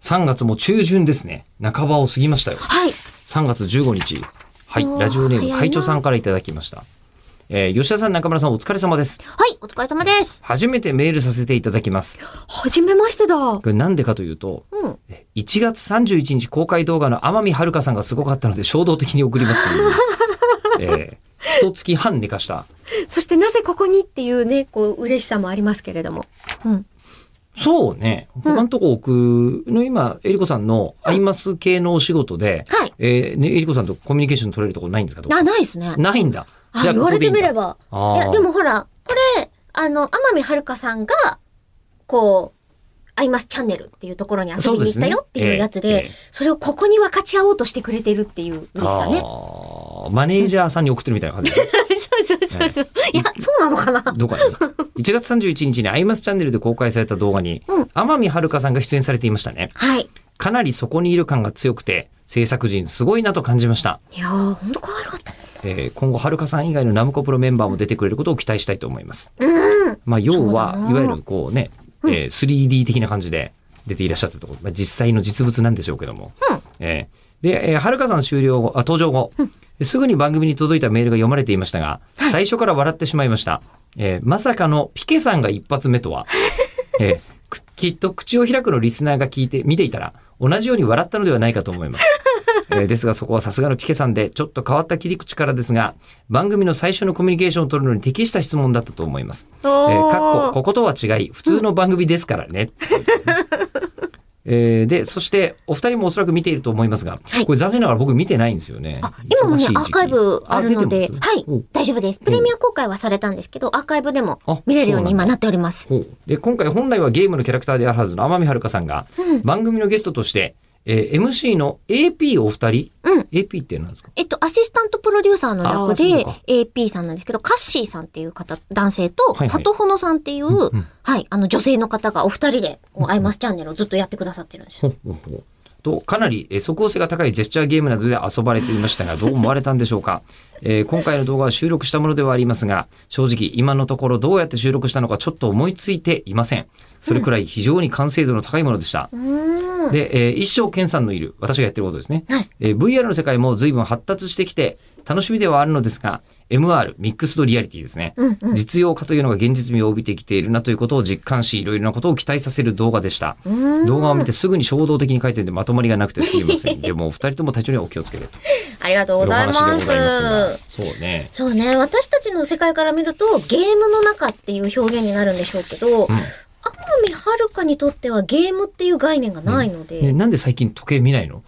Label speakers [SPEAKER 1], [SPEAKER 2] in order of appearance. [SPEAKER 1] 3月も中旬ですね。半ばを過ぎましたよ。
[SPEAKER 2] はい。
[SPEAKER 1] 3月15日。はい
[SPEAKER 2] お。ー
[SPEAKER 1] ラジオネー
[SPEAKER 2] 早い
[SPEAKER 1] ム
[SPEAKER 2] な
[SPEAKER 1] 会長さんからいただきました。えー吉田さん、中村さん、お疲れ様です。
[SPEAKER 2] はい、お疲れ様です。
[SPEAKER 1] 初めてメールさせていただきます。
[SPEAKER 2] はじめましてだ。うん。
[SPEAKER 1] これなんでかというと、え1月31日公開動画の天海遥さんがすごかったので衝動的に送りますという。 えー、一月半寝かした。
[SPEAKER 2] そしてなぜここにっていうね、こう、嬉しさもありますけれども。うん。
[SPEAKER 1] そうね。他のとこ置くの今、えりこさんのアイマス系のお仕事で、
[SPEAKER 2] はい。
[SPEAKER 1] えーね、えりこさんとコミュニケーション取れるところないんですかどっか
[SPEAKER 2] あ、ないですね。
[SPEAKER 1] ないんだ。
[SPEAKER 2] あ、言われてみれ
[SPEAKER 1] ば。
[SPEAKER 2] ば。
[SPEAKER 1] あ
[SPEAKER 2] い
[SPEAKER 1] ー
[SPEAKER 2] や、でもほら、これ、あの、天海遥さんが、こう、アイマスチャンネルっていうところに遊びに行ったよっていうやつで、
[SPEAKER 1] そうですね
[SPEAKER 2] そ
[SPEAKER 1] ええええ
[SPEAKER 2] れをここに分かち合おうとしてくれてるっていう嬉しさね。
[SPEAKER 1] あーマネージャーさんに送ってるみたいな感じ。
[SPEAKER 2] そうそうそうそう。いや、そうなのかな。
[SPEAKER 1] どうかね。1月31日にアイマスチャンネルで公開された動画に、
[SPEAKER 2] うん
[SPEAKER 1] 天海遥さんが出演されていましたね。
[SPEAKER 2] はい。
[SPEAKER 1] かなりそこにいる感が強くて、制作陣すごいなと感じました。
[SPEAKER 2] いやー、ほんと可愛かったもん
[SPEAKER 1] えー今後、はるかさん以外のナムコプロメンバーも出てくれることを期待したいと思います。
[SPEAKER 2] うん。
[SPEAKER 1] まあ、要は
[SPEAKER 2] そうだ、ない
[SPEAKER 1] わゆるこうね、えー 3D 的な感じで出ていらっしゃったところ、まあ、実際の実物なんでしょうけども。
[SPEAKER 2] うん
[SPEAKER 1] えーで、えーはるかさん終了後、あ登場後、すぐに番組に届いたメールが読まれていましたが、最初から笑ってしまいました。えーまさかのピケさんが一発目とは。えーくきっと口を開くのリスナーが聞いて、見ていたら、同じように笑ったのではないかと思います。えーですがそこはさすがのピケさんで、ちょっと変わった切り口からですが、番組の最初のコミュニケーションを取るのに適した質問だったと思います。え
[SPEAKER 2] お
[SPEAKER 1] ー
[SPEAKER 2] ー
[SPEAKER 1] かっこ、こことは違い、普通の番組ですからね。 えーで、そして、お二人もおそらく見ていると思いますが、
[SPEAKER 2] はい
[SPEAKER 1] これ残念ながら僕見てないんですよね。
[SPEAKER 2] あ今もね
[SPEAKER 1] 忙しい時期
[SPEAKER 2] アーカイブあるので
[SPEAKER 1] 出てます
[SPEAKER 2] はい
[SPEAKER 1] お
[SPEAKER 2] 大丈夫です。プレミア公開はされたんですけど、アーカイブでも
[SPEAKER 1] あ
[SPEAKER 2] 見れるように
[SPEAKER 1] そうな
[SPEAKER 2] 今
[SPEAKER 1] んだ
[SPEAKER 2] なっております。
[SPEAKER 1] ほうで今回本来はゲームのキャラクターであるはずの天海遥さんが
[SPEAKER 2] うん
[SPEAKER 1] 番組のゲストとして、えー MC の AP お二人、
[SPEAKER 2] うん
[SPEAKER 1] AP って何ですか
[SPEAKER 2] えっと、アシスタントプロデューサーの
[SPEAKER 1] あ
[SPEAKER 2] 役
[SPEAKER 1] ーそう
[SPEAKER 2] で
[SPEAKER 1] なのか、
[SPEAKER 2] AP さんなんですけど、カッシーさんっていう方、男性と、
[SPEAKER 1] いはい
[SPEAKER 2] 里穂さんっていう、
[SPEAKER 1] うんうん
[SPEAKER 2] はい、あの女性の方がお二人で、こうアイマスチャンネルをずっとやってくださってるんですよ。
[SPEAKER 1] ほうほうほう とかなりえー即応性が高いジェスチャーゲームなどで遊ばれていましたがどう思われたんでしょうか、 えー今回の動画は収録したものではありますが正直今のところどうやって収録したのかちょっと思いついていませんそれくらい非常に完成度の高いものでした、
[SPEAKER 2] うーん。
[SPEAKER 1] で、えー一生健さんのいる、私がやってることですね。
[SPEAKER 2] はい
[SPEAKER 1] えー VR の世界も随分発達してきて、楽しみではあるのですが、MR、ミックスドリアリティですね。
[SPEAKER 2] うんうん。
[SPEAKER 1] 実用化というのが現実味を帯びてきているなということを実感し、いろいろなことを期待させる動画でした。
[SPEAKER 2] うーん
[SPEAKER 1] 動画を見てすぐに衝動的に書いてるんでまとまりがなくてすみま せん。でも、お二人とも体調にはお気をつけてと
[SPEAKER 2] ありがとう
[SPEAKER 1] いう
[SPEAKER 2] ご
[SPEAKER 1] お
[SPEAKER 2] ざ
[SPEAKER 1] 話
[SPEAKER 2] い
[SPEAKER 1] で
[SPEAKER 2] ま
[SPEAKER 1] ございますが
[SPEAKER 2] す。。
[SPEAKER 1] そうね。
[SPEAKER 2] そうね、私たちの世界から見ると、ゲームの中っていう表現になるんでしょうけど、天海遥にとってはゲームっていう概念がないので、
[SPEAKER 1] ねなんで最近時計見ないの
[SPEAKER 2] は